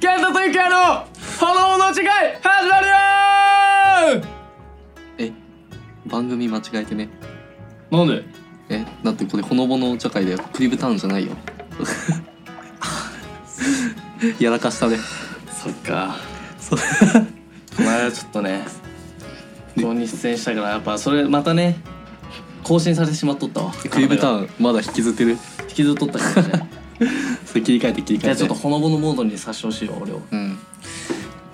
水系の炎の違い始まるよえ番組間違えてねーなんでえだってこれほのぼのお茶会だよクリブタウンじゃないよ やらかしたねそっかそうこの間ちょっとねここに出演したからやっぱそれまたね更新されてしまっとったわクリブタンウンまだ引きずってる引きずっとったから ねそれ切り替えて切り替えじゃてあちょっとほのぼのモードにさしてほしいわ俺をうん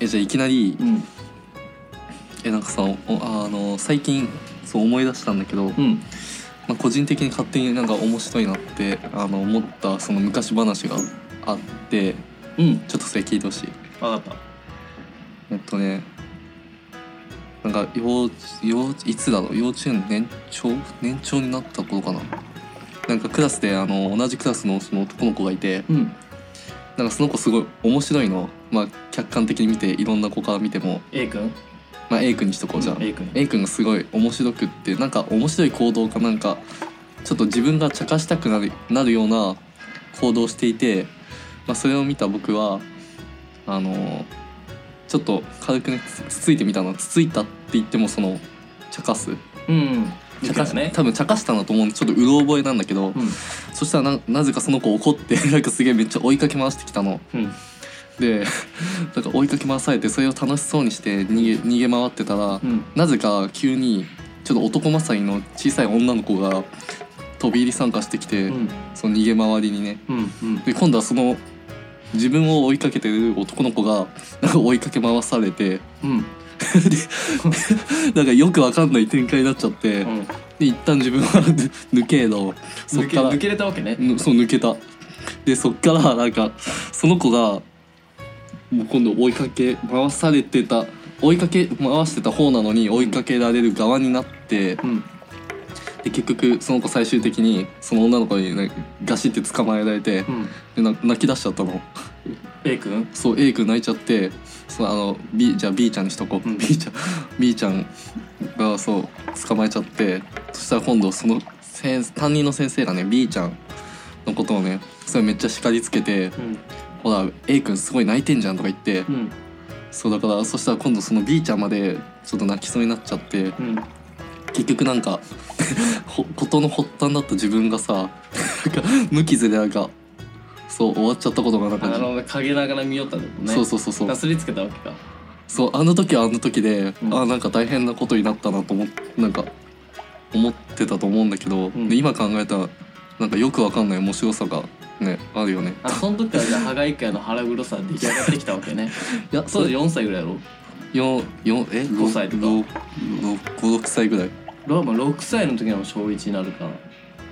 えじゃあいきなりうんえなんかさおあの最近そう思い出したんだけど、うんまあ、個人的に勝手になんか面白いなってあの思ったその昔話があってうんちょっとそれ聞いてほしい分かっえっとねなんか幼幼いつだろう幼稚園年長年長になった頃かななんかクラスであの同じクラスのその男の子がいてたうんなんかその子すごい面白いの、まあ、客観的に見ていろんな子から見ても、 A 君まあ、A 君にしとこうじゃん、 A 君 A 君がすごい面白くってなんか面白い行動かなんかちょっと自分が茶化したくなるなるような行動をしていて、まあ、それを見た僕はあのーちょっと軽くねつつついてみたのつついたって言ってもその茶化すうん茶か化すすね多分茶化したんだと思うんでちょっとうろ覚えなんだけど、うんそしたらななぜかその子怒って なんかすげえめっちゃ追いかけ回してきたの。うんでなんか追いかけ回されてそれを楽しそうにして逃げ逃げ回ってたら。うんなぜか急にちょっと男勝りの小さい女の子が飛び入り参加してきて、うんその逃げ回りにねうんうんで今度はその自分を追いかけてる男の子がなんか追いかけ回されてうんでなんかよくわかんない展開になっちゃって、で一旦自分は 抜けどそっ抜けから抜けれたわけねぬそう抜けたでそっからなんかその子がもう今度追いかけ回されてた追いかけ回してた方なのに追いかけられる側になって、うんで結局その子最終的にその女の子に、ね、ガシって捕まえられてうんでな泣き出しちゃったの A 君そう A 君泣いちゃってそのあの B じゃあ B ちゃんにしとこう、うん B ちゃん B ちゃんがそう捕まえちゃってそしたら今度その先担任の先生がね B ちゃんのことをねそれめっちゃ叱りつけうてん「ほら A 君すごい泣いてんじゃん」とか言って、うんそうだからそしたら今度その B ちゃんまでちょっと泣きそうになっちゃってうん結局なんか ほ事の発端だった自分がさ なんか無傷でなんかそう終わっちゃったことがなんかあの陰ながら見よったんだもんねそうそうそうそなうすりつけたわけかそうあの時はあの時で、うんあなんか大変なことになったなと思っなんか思ってたと思うんだけど、んで今考えたらなんかよくわかんない面白さがねあるよねあその時からじゃあ歯がゆくやの腹黒さ出来上がってきたわけ ねいやそうだ4歳ぐらいやろ四四え五歳とか六五六歳ぐらいローマ6歳の時にはもう小1になるか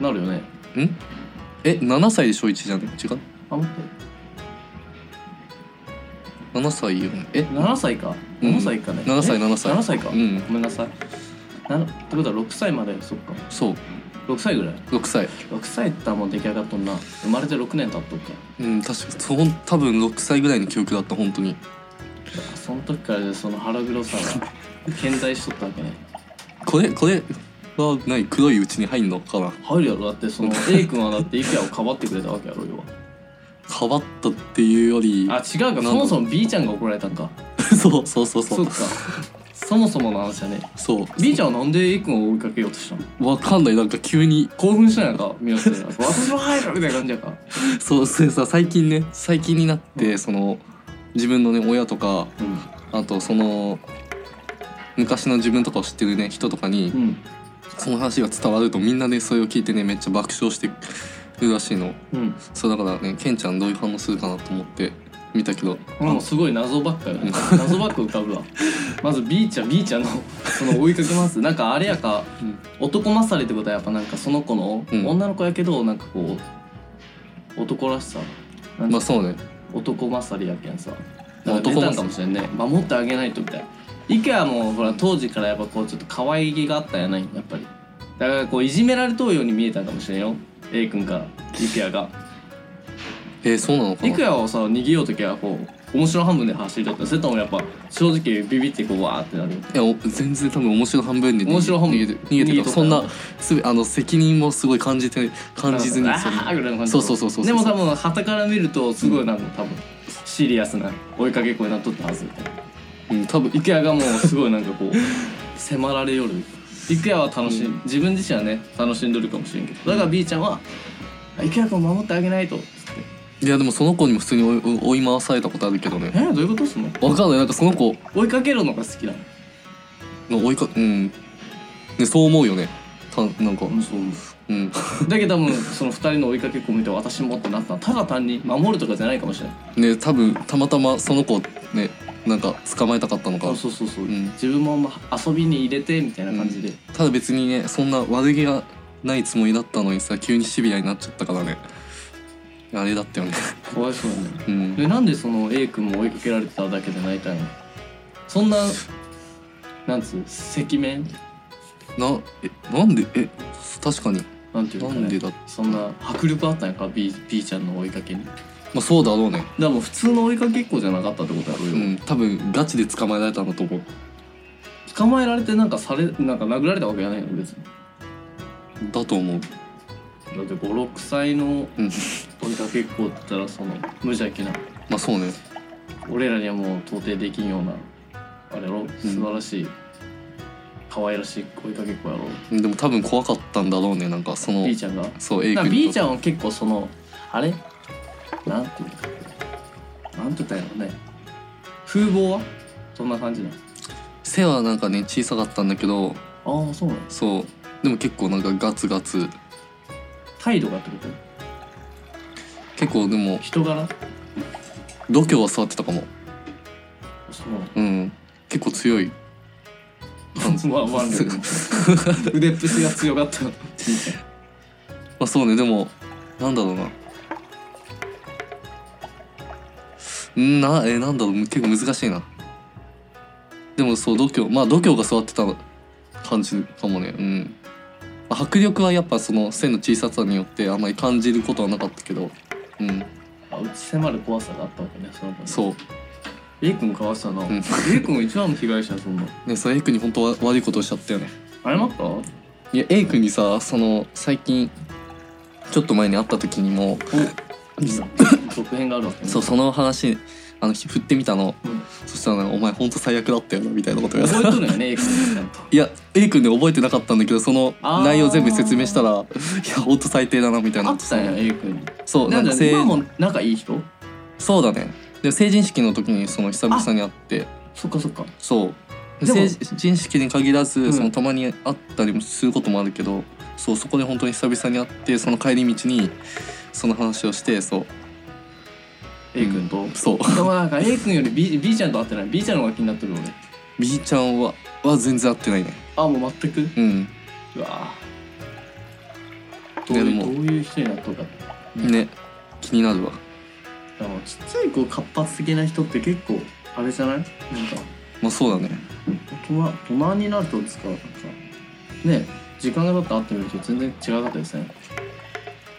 ななるよねんえ七歳で小一じゃん違うあ待って七歳よねえ7歳かうん7歳かね、七歳え七歳7歳か、うんごめんなさいなってことは6歳までそっかそう6歳ぐらい六歳6歳ってもう出来上がっとんな生まれて6年経っとっかうん確かそう多分6歳ぐらいの記憶だった本当にその時からじゃあその腹黒さが 健在しとったわけねこれこれは何黒いうちに入んのかな入るやろだってその A 君はだって IKEA をかばってくれたわけやろ要は変わったっていうよりあ違うかだそもそも B ちゃんが怒られたんか そうそうそうそそうっかそもそもの話だねそう B ちゃんはなんで A 君を追いかけようとしたのわかんないなんか急に興奮したんやか見よってなんか 私も入るみたいな感じやかそうそれさ最近ね最近になって、うんその自分のね親とかうあとその昔の自分とかを知ってるね人とかに、んうんその話が伝わるとみんなねそれを聞いてねめっちゃ爆笑してるらしいのうんそうだからねケンちゃんどういう反応するかなと思って見たけど俺もすごい謎ばっかよね謎ばっか浮か ぶわまず B ちゃん B ちゃんのその追いかけますなんかあれやかうん男勝りってことはやっぱなんかその子のうん女の子やけどなんかこう男らしさなんかまあそうね男勝りやけんさまあ男男勝りなんか出たんかもしれんね守ってあげないとみたいな IKEA もほら当時からやっぱこうちょっと可愛げがあったんやないやっぱりだからこういじめられとうように見えたんかもしれんよ A 君から IKEA がえー、そうなのかいなくらをさ逃げようときはこう面白半分で走りだったらそれともやっぱ正直ビビってこうわーってなるいやお全然多分面白半分で逃げ面白半分逃げて逃げてる逃げとったそんなすべあの責任もすごい感じて感じずにあそんなーぐらいの感じそうそうそうそうでも多分旗から見るとすごいなんか多分シリアスな追いかけっこになっとったはずうん、多分イクヤがもうすごいなんかこう迫られよるイクヤは楽しい、うん自分自身はね楽しんどるかもしれんけどだから B ちゃんは「イクヤ君を守ってあげないと」つっていやでもその子にも普通に追い追い回されたことあるけ「どねえどういうことすんのわかんないなんかその子追いかけるのが好きなのの追いかうん、ね、そう思うよねたなんか」そううんだけど多分その2人の追いかけっこ見て私もってなったのただ単に守るとかじゃないかもしれないね多分たまたまその子をねなんか捕まえたかったのかそうそうそう、うん自分もあんま遊びに入れてみたいな感じで、ただ別にねそんな悪気がないつもりだったのにさ急にシビアになっちゃったからねあれだったよねかわいそうだねうんでなんでその A 君も追いかけられてただけで泣いたのそんななんつう赤面なえなんでえ確かになんていうのなかねんでだ、そんな迫力あったんやか B, B ちゃんの追いかけにだかまあ、そうだろうねらもう普通の追いかけっこじゃなかったってことだろうよ、うん多分ガチで捕まえられたんだと思う捕まえられてなんかされなんか殴られたわけじゃないの別にだと思うだって56歳のうん追いかけっこって言ったらその無邪気なまあそうね俺らにはもう到底できんようなあれやろ素晴らしい、可愛らしい追いかけっこやろでも多分怖かったんだろうねなんかその B ちゃんがそう A だから君 B ちゃんゃんは結構そのあれなんていうのなんて言ったんやろうね風貌はそんな感じなの背はなんかね小さかったんだけどああそうなのそうでも結構なんかガツガツ態度がってこと結構でも人柄度胸は座ってたかもそうなのうん結構強い感 じまあまあ 腕っぷしが強かったまあそうねでもなんだろうなうんなえーなんだろう結構難しいなでもそう度胸まあ度胸が座ってた感じかもねうんまあ迫力はやっぱその線の小ささによってあんまり感じることはなかったけどうん あ打ち迫る怖さがあったわけねその分そう A 君かわしたな、うん A 君一番の被害者そんなねそれ A 君に本当は悪いことをしちゃったよね謝ったいや A 君にさその最近ちょっと前に会った時にもお続編があるわけねそうその話あのひ振ってみたの、うんそしたらなんか「お前ほんと最悪だったよな」みたいなこと言われた覚えとるよ ね A 君ちゃんといや A 君で覚えてなかったんだけどそのあー内容全部説明したら「いやほんと最低だな」みたいなあったんや A 君にそうななんんだかせい今も仲いい人そうだねで成人式の時にその久々に会ってそっかそっかそうでも成人式に限らず、んそのたまに会ったりもすることもあるけどそうそこで本当に久々に会ってその帰り道にその話をしてそう A 君と、そうでもなんか A 君より B, B ちゃんと会ってない B ちゃんの方が気になってる俺 B ちゃんはは全然会ってないねあもう全くうんうわどうでいうもどういう人になっとるかってね気になるわでもちっちゃい子活発的な人って結構あれじゃないなんかまあそうだね大人大人になるとですかなんかね時間が経って会ってみると全然違かったですね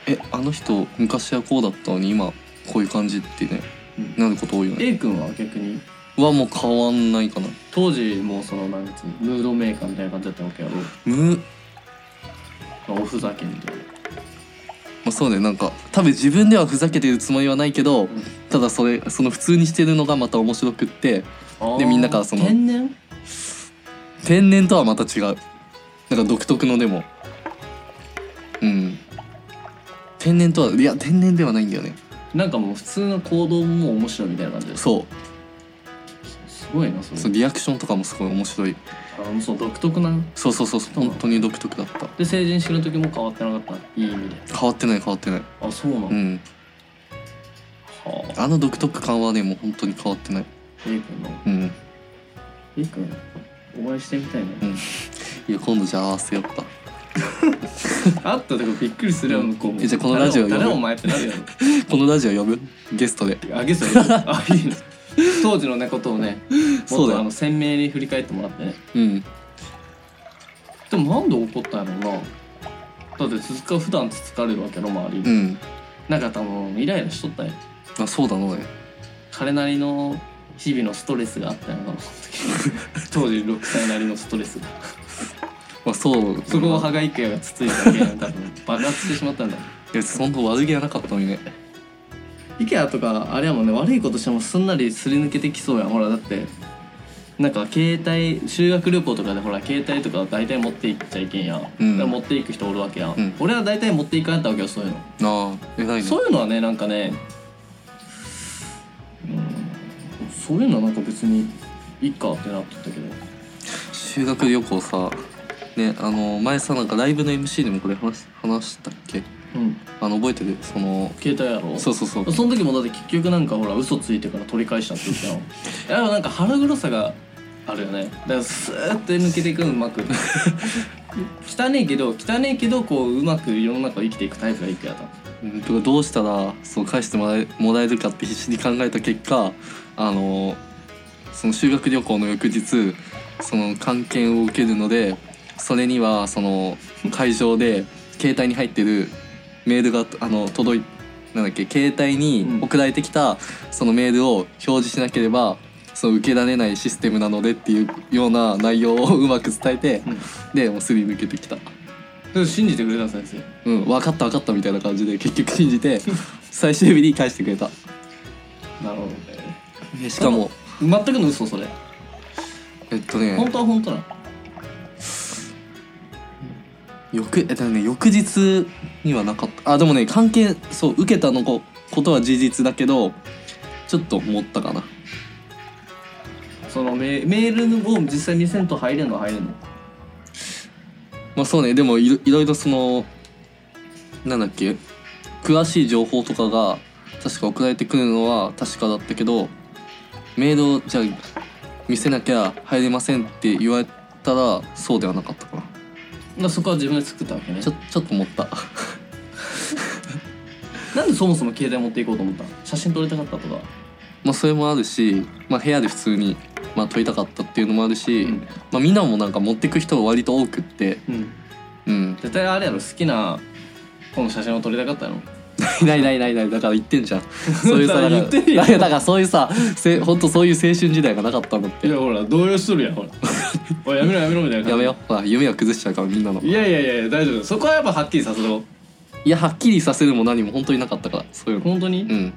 えあの人昔はこうだったのに今こういう感じってねうんなること多いよね A 君は逆にはもう変わんないかな当時もうそのなんつうのムードメーカーみたいな感じだったわけやろむ、ままあおふざけみたいなあ、そうねなんか多分自分ではふざけてるつもりはないけど、んただそれその普通にしてるのがまた面白くってあーでみんなからその天然天然とはまた違うなんか独特のでもうん天然とはいや天然ではないんだよねなんかもう普通の行動も面白いみたいな感じですそうすごいなそれそのリアクションとかもすごい面白いあのそう独特なそうそうそうそうそうなの本当に独特だったで成人式の時も変わってなかったいい意味で変わってない変わってないあそうなの、うはんああの独特感はねもう本当に変わってない A 君のうん A 君お会いしてみたいな、うんいや今度じゃあ合わせよっ会かったとこびっくりするよ向こうもえじゃあこのラジオ誰やもるお前ってなるよこのラジオ呼ぶゲストであげそう よあいいな当時のねことをねもそっうだとよあの鮮明に振り返ってもらってねうんでもなんで怒ったんやろうなだってつつか普段つつかれるわけやろ周りに、うんなんか多分イライラしとったんやあそうだのね彼なりの日々のストレスがあったんやろなそ の時当時6歳なりのストレスがまあそうそこをは羽賀一家がつついただけやん多分爆発してしまったんだいやそんな悪気はなかったのにねイケアとかあれやもんね悪いことしてもすんなりすり抜けてきそうやんほらだってなんか携帯修学旅行とかでほら携帯とか大体持っていっちゃいけんや、うんだから持っていく人おるわけや、うんん、俺は大体持っていかんやったわけよそういうの、ああえないねそういうのはねなんかね、うん、そういうのはなんか別にいっかってなっとったけど修学旅行さねあの前さなんかライブの MC でもこれ話し話したっけうんあの覚えてるその携帯やろそうそうそうその時もだって結局なんかほら嘘ついてから取り返したって言 ったのいやでもなんか腹黒さがあるよねだからスーッと抜けていくのうまく汚ねえけど汚ねえけどこううまく世の中を生きていくタイプがいいってやったうんとかどうしたらそう返してもらえもらえるかって必死に考えた結果あのその修学旅行の翌日その関係を受けるのでそれにはその会場で携帯に入ってるメールがあの届いなんだっけ携帯に送られてきたそのメールを表示しなければその受けられないシステムなのでっていうような内容をうまく伝えてでもうすり抜けてきた。でも信じてくれた先生うん、分かった分かったみたいな感じで結局信じて最終日に返してくれたなるほどねしかも全くの嘘それえっと本ね当は本当なの翌えっとね翌日にはなかったあでもね関係そう受けたのこことは事実だけどちょっと思ったかなそのメメールを実際見せんと入れんのは入れんのまあそうねでもいろいろいろそのなんだっけ詳しい情報とかが確か送られてくるのは確かだったけどメールをじゃあ見せなきゃ入れませんって言われたらそうではなかったかなだからそこは自分で作ったわけねちょちょっと思ったなんでそもそも携帯持っていこうと思ったの写真撮りたかったとかまあ、それもあるし、まあ、部屋で普通に、まあ、撮りたかったっていうのもあるし、うんまあ、みんなもなんか持ってく人が割と多くって、うん うん、絶対あれやろ好きなこの写真を撮りたかったやろないないないないだから言ってんじゃんそういうさ だから言ってるよいやだからそういうさせ本当そういう青春時代がなかったんだっいてやほら動揺しとるやんほら おいやめろやめろみたいな感じやめよう、まあ、夢は崩しちゃうからみんなのいやいやいや大丈夫そこはやっぱはっきりさせろいやはっきりさせるも何も本当になかったからそういうの本当に、うん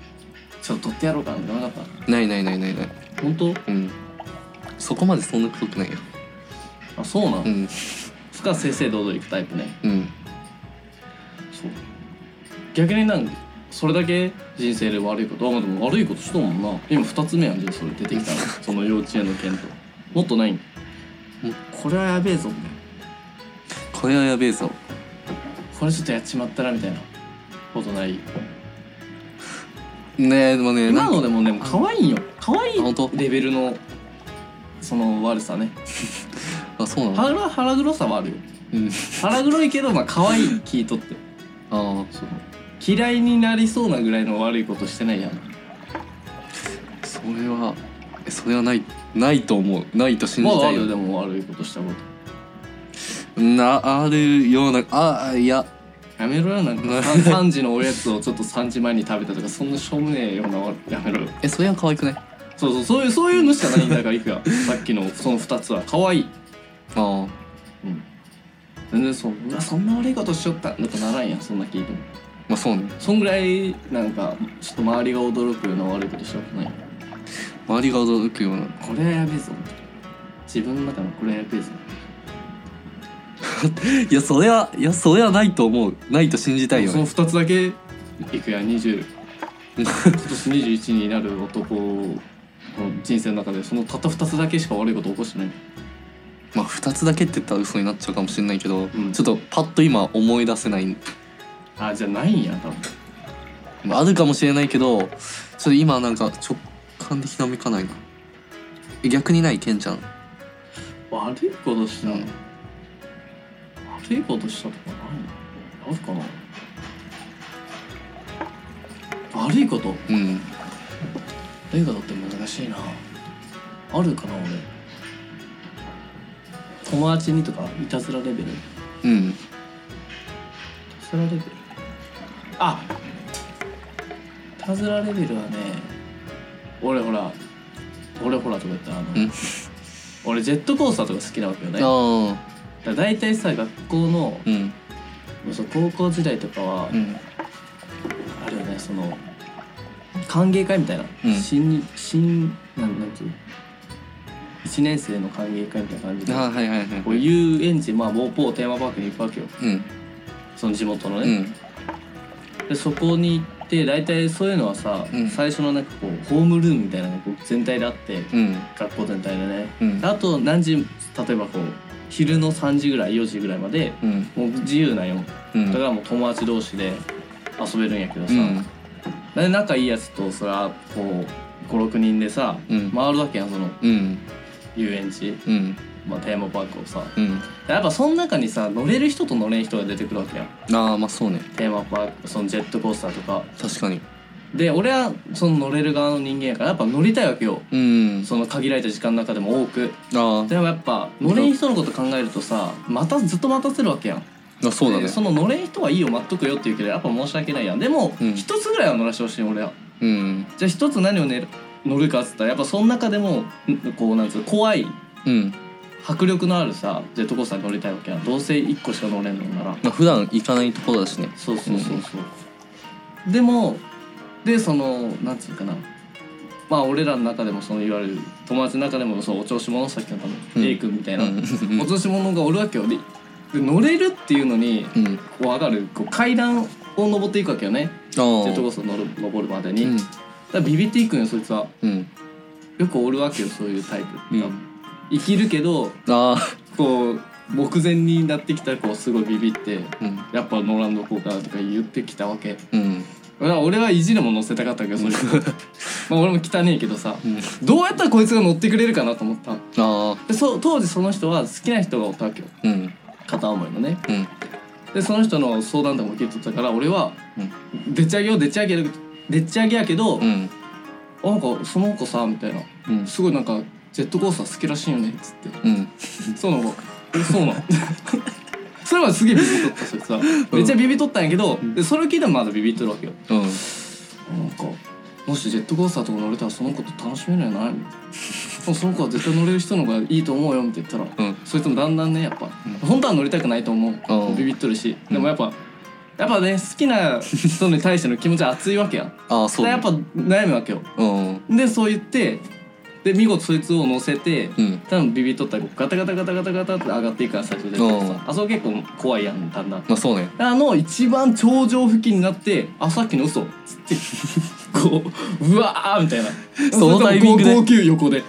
ちょっと撮ってやろうかなんてなかっないないないないないた本当うんそこまでそんなことないよあそうなの、うんそこは正々堂々行くタイプねうんそう逆になんかそれだけ人生で悪いことあまあでも悪いことしたもんな今2つ目やんじゃあそれ出てき たのその幼稚園の件ともっとないんもうこれはやべえぞこれはやべえぞこれちょっとやっちまったなみたいなことないねえでもね今なんのかでもね可愛いよ可愛あ本当いレベルのその悪さねあそうなの腹腹黒さはあるようん腹黒いけどまあ可愛い聞いとってああその嫌いになりそうなぐらいの悪いことしてないやんそれはえそれはないないと思うないと信まじあたあいるよでよも悪いことしたことなあるようなあいややめろよなんか 3, 時のおやつをちょっと3時前に食べたとかそんなしょうもねえような悪やめろよえそれは可愛くないそうそうそういうそういうのしかないんだからいく やさっきのその2つは可愛いあうん全然そううわそんな悪いことしよったなんかならんやんそんな聞いてもあまあそうねそんぐらいなんかちょっと周りが驚くような悪いことしたことない周りが驚くようなこれはやべえぞ自分の中のこれはやべえぞいやそれはいやそれはないと思うないと信じたいよそのね2つだけいくや20今年21になる男の人生の中でそのたった2つだけしか悪いこと起こしてないまあ2つだけって言ったら嘘になっちゃうかもしれないけど、んちょっとパッと今思い出せないあじゃあないんや多分あるかもしれないけどちょっと今なんか直感的なみかないなえ逆にないケンちゃん悪いことしたの、うん悪いことしたとかないのあるかな悪いことうん映画だって難しいなあるかな俺友達にとかいたずらレベルいうんたずらレベルあたずらレベルはね俺ほら俺ほらとか言ったらあのうん俺ジェットコースターとか好きなわけよねだかあら大体さ学校のあうんそう高校時代とかは、うんあれよねその歓迎会みたいな、うん新新なんなんつうの1年生の歓迎会みたいな感じであーはいはいはいこう遊園地まあ某某テーマパークに行くわけようんその地元のうね、んでそこに行って大体そういうのはさ、うん最初のなんかこうホームルームみたいなのがこう全体であってうん学校全体でねうんあと何時例えばこう昼の3時ぐらい4時ぐらいまでうんもう自由なんようんだからもう友達同士で遊べるんやけどさ、うんで仲いいやつとそらこう56人でさ、うん回るわけやんそのうん遊園地、うんまあ、テーマパークをさうんやっぱその中にさ乗れる人と乗れん人が出てくるわけやんああまあそうねテーマパークそのジェットコースターとか確かにで俺はその乗れる側の人間やからやっぱ乗りたいわけようんその限られた時間の中でも多くあでもやっぱ乗れん人のこと考えるとさまたずっと待たせるわけやんーあそうだねでその乗れん人はいいよ待っとくよって言うけどやっぱ申し訳ないやんでもうん一、つぐらいは乗らしてほしい俺はうんじゃあ一つ何を、ね、乗るかっつったらやっぱその中でもんこうなんつうの怖いうん迫力のあるさジェットコースターに乗りたいわけやんどうせ一個しか乗れんのならまあ普段行かないところだしねそうそうそうそう、でもでそのなんつうかなまあ俺らの中でもそのいわゆる友達の中でもそうお調子者さっきの多う分ん A 君みたういんな、お調子者がおるわけよでで乗れるっていうのにうんこう上がるこう階段を登っていくわけよねあジェットコーあスター乗る登るまでに、うだんからビビっていくんよそいつはうんよくおるわけよそういうタイプ、うん生きるけどあこう目前になってきたらこうすごいビビってあうんやっぱ乗らんどこうかなとか言ってきたわけうんだから俺は意地でも乗せたかったけどそれ まあ俺も汚ねえけどさうんどうやったらこいつが乗ってくれるかなと思ったああでそ当時その人は好きな人がおったわけようん片思いのねうんでその人の相談とかも聞いとったから俺はうんでっち上げようでっち上げるでっち上げやけど、うんあなんかその子さみたいなうんすごいなんかジェットコースター好きらしいよねっつってうんそうなのえそう なのそれはすげえビビっとったそいつはめっちゃビビっとったんやけど、でそれを聞いてもまだビビっとるわけようんなんかもしジェットコースターとか乗れたらその子と楽しめるんじゃない みたいなもうその子は絶対乗れる人の方がいいと思うよって言ったらうんそいつもだんだんねやっぱ、ん本当は乗りたくないと思ううんビビっとるしでもやっぱ、やっぱね好きな人に対しての気持ちは熱いわけやああ そうでねやっぱ悩むわけようんでそう言ってで見事そいつを乗せて、うん多分ビビっとったらガタガタガタガタガタって上がっていくから最初でうんあそこ結構怖いやんだんだんまあそうねあの一番頂上付近になって「あさっきの 嘘っつってこううわーみたいなそのタイミングでそれともこう号泣横で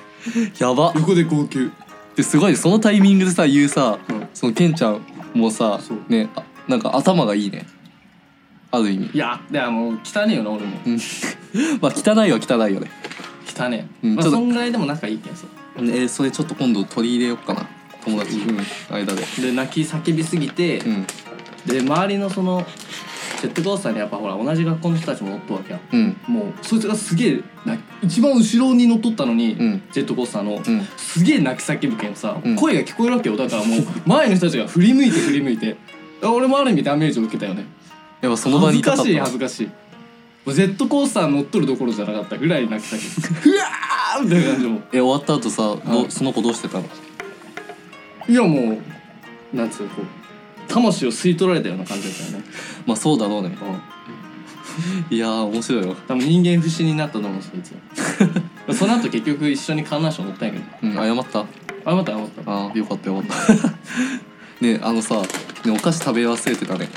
やば横で号泣ですごいそのタイミングでさ言うさうんそのケンちゃんもさそうねあなんか頭がいいねある意味 いやでもう汚ねえよな俺もまあ汚いは汚いよね汚ねえ、うんまあちょっとそんぐらいでも仲いいけんさえーそれちょっと今度取り入れようかな友達う間でで泣き叫びすぎて、うんで周りのそのジェットコースターにやっぱほら同じ学校の人たちもおっとわけやんうんもうそいつがすげえな一番後ろに乗っとったのに、うんジェットコースターの、うんすげえ泣き叫ぶけんさ、うん声が聞こえるわけよだからもう 前の人たちが振り向いて振り向いて俺もある意味ダメージを受けたよねやっぱその場恥にずいたかかっしたい恥ずかしいもうジェットコースター乗っとるどころじゃなかったぐらい泣き叫ぶ うわーみたいな感じもえ終わった後さどはいうその子どうしてたのいやもうなんつうのこう魂を吸い取られたような感じだったよね、まあそうだろうねうん、いやー面白いよ多分人間不信になったと思うそい つはその後結局一緒に観覧車乗ったんやけどうん謝ったあまたあまたあーよかったよかった ねあのさねお菓子食べ忘れてたね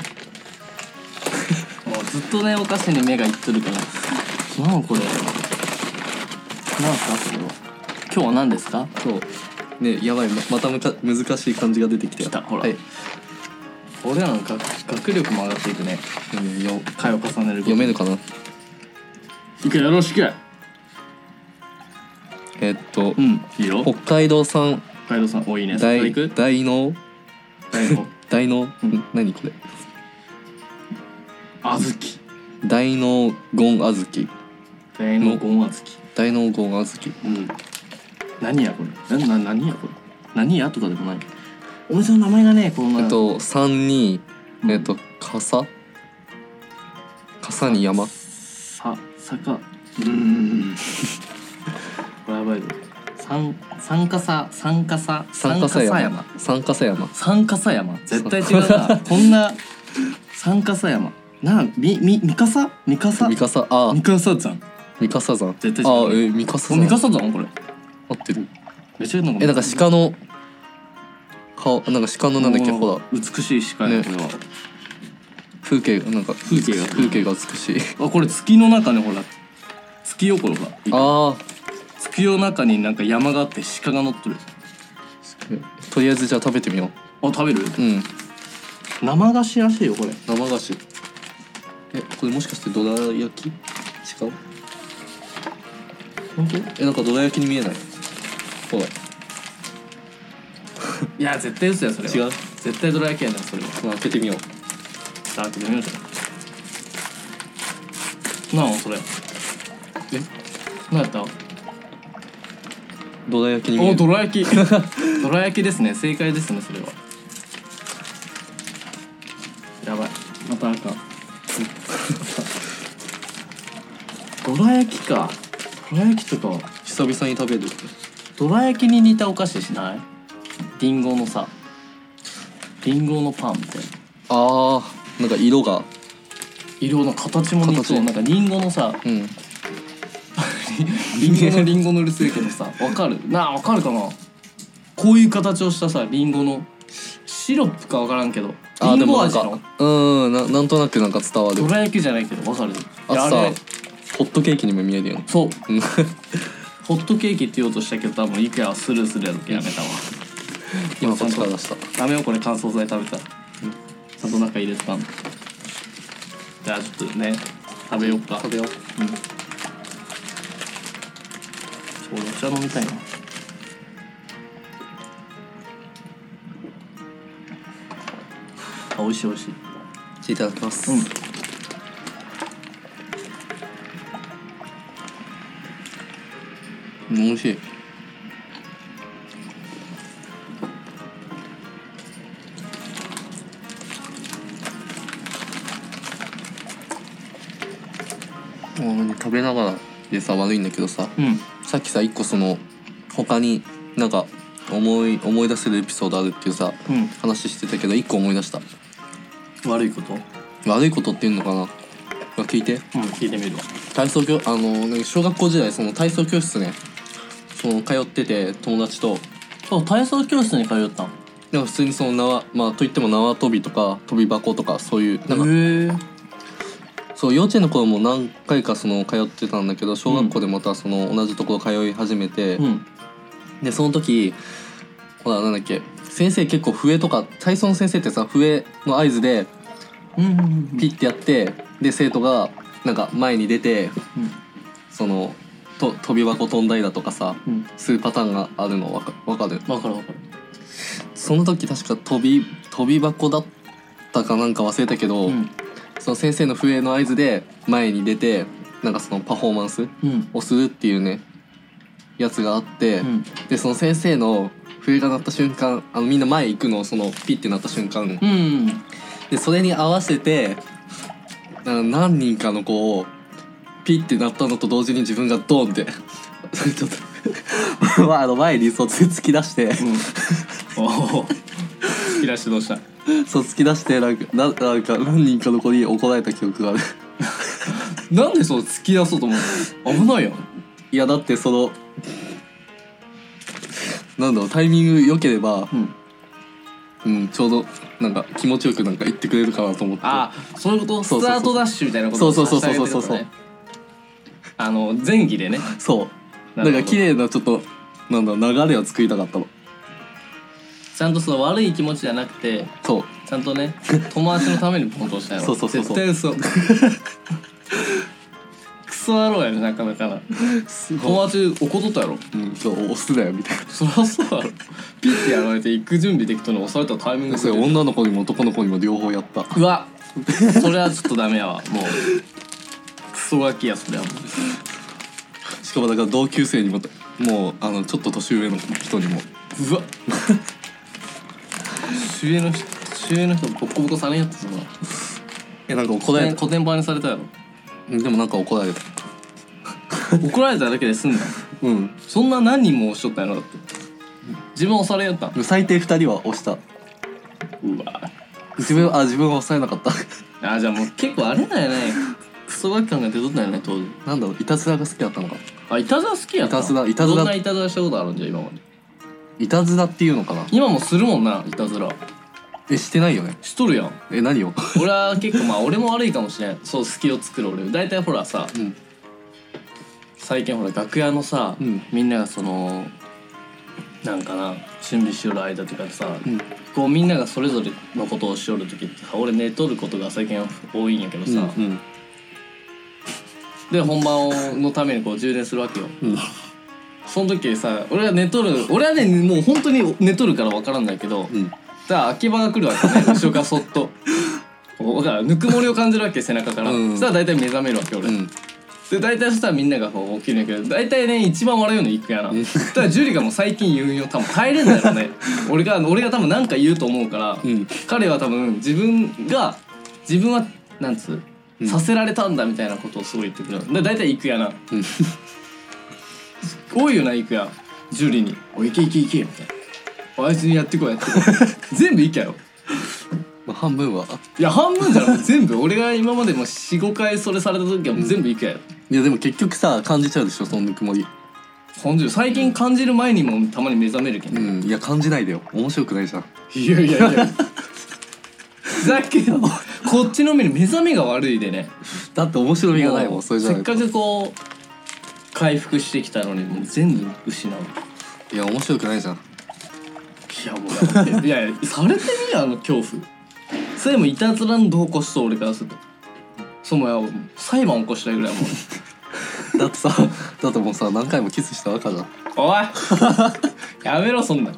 もうずっとねお菓子に目がいってるからなんこれなんすかこれは今日は何ですかそうねやばいままたむか難しい感じが出てきたよ来たほらはい、俺らの学学力も上がっていくねうんよ回を重ねる読めるかないくよろしくえっと、うんいいよ北海道産北海道さん多いいねそれ大いく大脳大の大脳、うんん何これあずき大脳ゴン小豆 大のゴンあずき大脳ゴン小豆うん何やこれなな何やこれ何やとかでもないお店の名前がねこんなえっと3にうんえっと傘傘に山さ坂うんこ れやばいぞ三三笠三笠三笠山山三笠山三笠山絶対違うなこんな三笠山なあみみ三笠三笠三笠あ三笠山三笠山絶対違うあえー三笠お三山笠山これ合ってるめっちゃなんかえなんか鹿の顔なんか鹿のなんだっけもうほら美しい鹿やねこれは風景がなんか風景が風景が美しいあこれ月の中ねほら月よこれほらああ月の中になんか山があって鹿が乗ってるとりあえずじゃあ食べてみよあ食べるううん生菓子らしいよこれ生菓子えこれもしかしてどら焼き違う本当えなんかどら焼きに見えないほらいや絶対嘘やそれは違う絶対どら焼きやなそれはまあ開けてみようさあ開けてみようじゃんなあそれえ何やったあどら焼きに見えるどら焼きどら焼きですね正解ですねそれはやばいまたあかん どら焼きかどら焼きとか久々に食べるどら焼きに似たお菓子しないリンゴのさリンゴのパンみたいなあーなんか色が色の形も似そう形なんかリンゴのさうんリンゴのリンゴのうるせえけどさわかるなあわかるかなこういう形をしたさリンゴのシロップかわからんけどあーリでンゴもなん味かのうんななんとなくなんか伝わるどら焼きじゃないけどわかるいやああされホットケーキにも見えるよねそううんホットケーキって言おうとしたけど多分いくらスルーするやろけやめたわ今こっちから出したダメよこれ乾燥剤食べたらちゃんと中入れてたのじゃあちょっとね食べよっか食べよう俺お茶飲みたいなあ美味しい美味しいじゃあいただきます、うんうん、美味しいうん食べながらでさ悪いんだけどさうんさっきさ一個その他になんか思い思い出せるエピソードあるっていうさう話してたけど一個思い出したん悪いことうん悪いことっていうのかなまあ聞いて聞いてみるわ体操教あのなんか小学校時代その体操教室ねその通ってて友達とそう体操教室に通ったのなんか普通にその縄まあといっても縄跳びとか跳び箱とかそういうなんかへえそう幼稚園の頃も何回かその通ってたんだけど小学校でまたその同じところ通い始めて、うんでその時ほらなんだっけ先生結構笛とか体操の先生ってさ笛の合図でうんうんピッてやってで生徒がなんか前に出てうんそのと跳び箱飛んだりだとかさうんするパターンがあるのわかわかるわかるわかるその時確か飛び飛び箱だったかなんか忘れたけど、うんその先生の笛の合図で前に出てなんかそのパフォーマンスうんをするっていうねやつがあって、うんでその先生の笛が鳴った瞬間あのみんな前行くのそのピッて鳴った瞬間うんでそれに合わせてな何人かの子をピッて鳴ったのと同時に自分がドンって ちょっと まああの前にそう突き出しておお突き出してどうしたそう突き出してなんかななんか何人かの子に怒られた記憶があるなんでそう突き出そうと思うの危ないよいやだってそのなんだろうタイミング良ければ、うんうん、ちょうどなんか気持ちよくなんか言ってくれるかなと思ってああそういうことそうそうそうスタートダッシュみたいなことをそうそうそうそうさせてあげてるからねあの前儀でねそうなるなほどんか綺麗なちょっとなんだろう流れを作りたかったのちゃんとその悪い気持ちじゃなくてそうちゃんとね 友達のために行動したよそうそうそうそう絶対嘘 クソ野郎やねなかなかなすい友達怒っとったやろうん、そう押すなよみたい そりゃそうやろピッてやられて行く準備できたのに押されたタイミングなでそれ女の子にも男の子にも両方やったうわそれはちょっとダメやわもうクソガキやそれはもうしかもだから同級生にももうあのちょっと年上の人にもうわ主演の人主演の人ボッコボコされんやったぞえなんか怒られ古た典版にされたやろでもなんか怒られた怒られただけで済んだうんそんな何人も押しとったんやろだって自分押されやったん最低2人は押したうわ自分あ自分は押さえなかった あじゃあもう結構あれだよねクソガキ感が出とったよね当時なんだろういたずらが好きだったのかあいたずら好きやったいたずらいたずらどんないたずらしたことあるんじゃ今までいたずらっていうのかな今もするもんないたずらえしてないよねしとるやんえ何を俺は結構まあ俺も悪いかもしれんそう隙を作る俺大体ほらさうん最近ほら楽屋のさ、うんみんながそのなんかな準備しよる間とかでさ、うんこうみんながそれぞれのことをしよる時ってさ俺寝とることが最近多いんやけどさ、うんで本番をのためにこう充電するわけようんその時さ俺は寝とる俺はねもう本当に寝とるから分からんだけどうんだから秋葉が来るわけね後ろからそっ と。こうだからぬくもりを感じるわけ背中から、うんそしたら大体目覚めるわけ俺、うんで大体そしたらみんながこう起きるんやけど大体ね一番笑うの行くやなうんだからジュリがもう最近言うんよ多分帰れんだよね俺が俺が多分何か言うと思うから、うん彼は多分自分が自分はなんつう、うんさせられたんだみたいなことをすごい言ってくるで大体行くやなうん多いよな行くやジュリに「おい行け行け行け」みたいな「あいつにやってこいやってこい」全部行けよまあ半分はいや半分じゃなくて全部俺が今までも45回それされた時はもう全部行けよ、いやでも結局さ感じちゃうでしょそのぬくもり感じる最近感じる前にもたまに目覚めるけんう、んいや感じないでよ面白くないじゃんいやいやいやふざけよこっちの目に目覚めが悪いでねだって面白みがないももうんそれじゃなせっいとかくこう回復してきたのにもう全部失ういや面白くないじゃんいやもうだっていやいやされてみやあの恐怖それもいたずらの同行しそう俺からするとそうもうや裁判起こしたいぐらい もうだってさ だってもうさ何回もキスしたわかじゃんおいやめろそんなん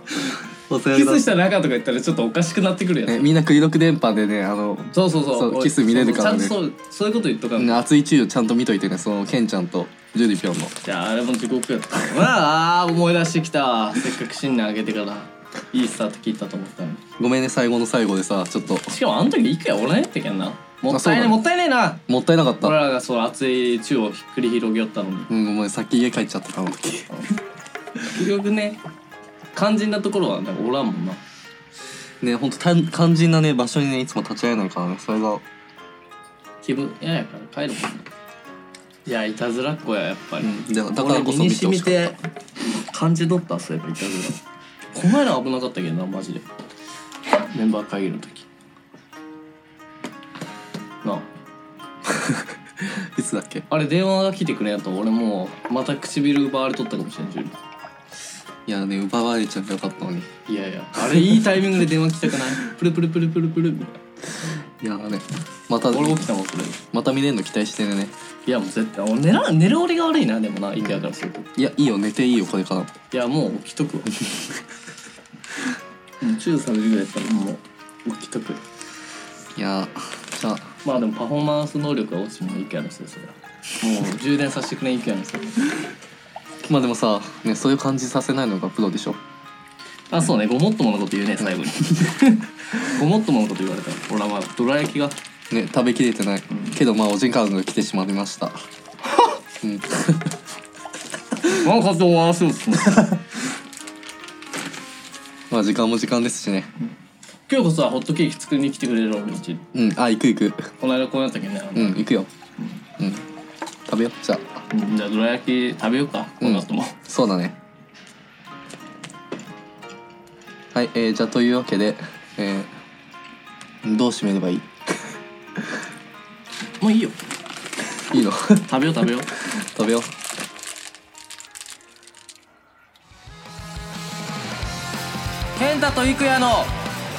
忘キスした中とか言ったらちょっとおかしくなってくるやね、つ、みんな食い録電波でねあのそうそうそうそうおいキス見れるからねそうそうちゃんとそうそういうこと言っとかんと熱い注意をちゃんと見といてねそのケンちゃんとジュリピョンのじゃああれも地獄やったわあ思い出してきたわせっかく新年あげてからいいスタート切ったと思ったのにごめんね最後の最後でさちょっとしかもあの時いくらおらんやったけんなもっあそうたいなだいねもったいないなもったいなかった俺らがその熱い宙をひっくり広げよったのにうんごめん先家帰っちゃったあの時結局ね肝心なところはなんかおらんもんなねほんとた肝心なね場所にねいつも立ち会えないからねそれが気分嫌やから帰るもんねいやいたずらっ子ややっぱり、うんだだからこ俺身そ見にて染ほみしかったて感じ取ったそういえばいたずらこの間危なかったけどなマジでメンバー会議の時なあいつだっけあれ電話が来てくれんやと俺もうまた唇奪われとったかもしれんジュリいやね奪われちゃってよかったのにいやいやあれいいタイミングで電話来たくないプルプルプルプルプルみたいいやねまたな俺起きたもんそれまた見れるの期待してるねいやもう絶対俺寝ら寝る俺が悪いなでもなイケアからするといやいいよ寝ていいよこれからいやもう起きと くわもうチューされるぐらいやったらもう起きとくいやじゃあまあでもパフォーマンス能力が落ちてもいいけやのせいそれはもう充電させてくれんいけやのせいまあでもさねそういう感じさせないのがプロでしょあそうねごもっとものこと言うね最後 にごもっとものこと言われたほらまあどら焼きがね食べきれてない、けどまあお時間が来てしまいました、うん、なんかどうわそうっすねまあ時間も時間ですしね今日こそはホットケーキ作りに来てくれる俺んちうんあ行く行くこの間こうなったっけどね、うん行くようん食べようじゃあうんじゃあどら焼き食べようかこの後も、そうだねはいえー、じゃあというわけでえー、どう締めればいいもういいよいいの 食べよう食べよう食べよう健太と郁也の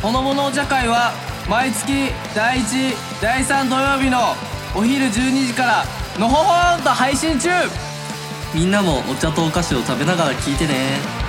ほのぼのお茶会は毎月第1第3土曜日のお昼12時からのほほんと配信中みんなもお茶とお菓子を食べながら聞いてね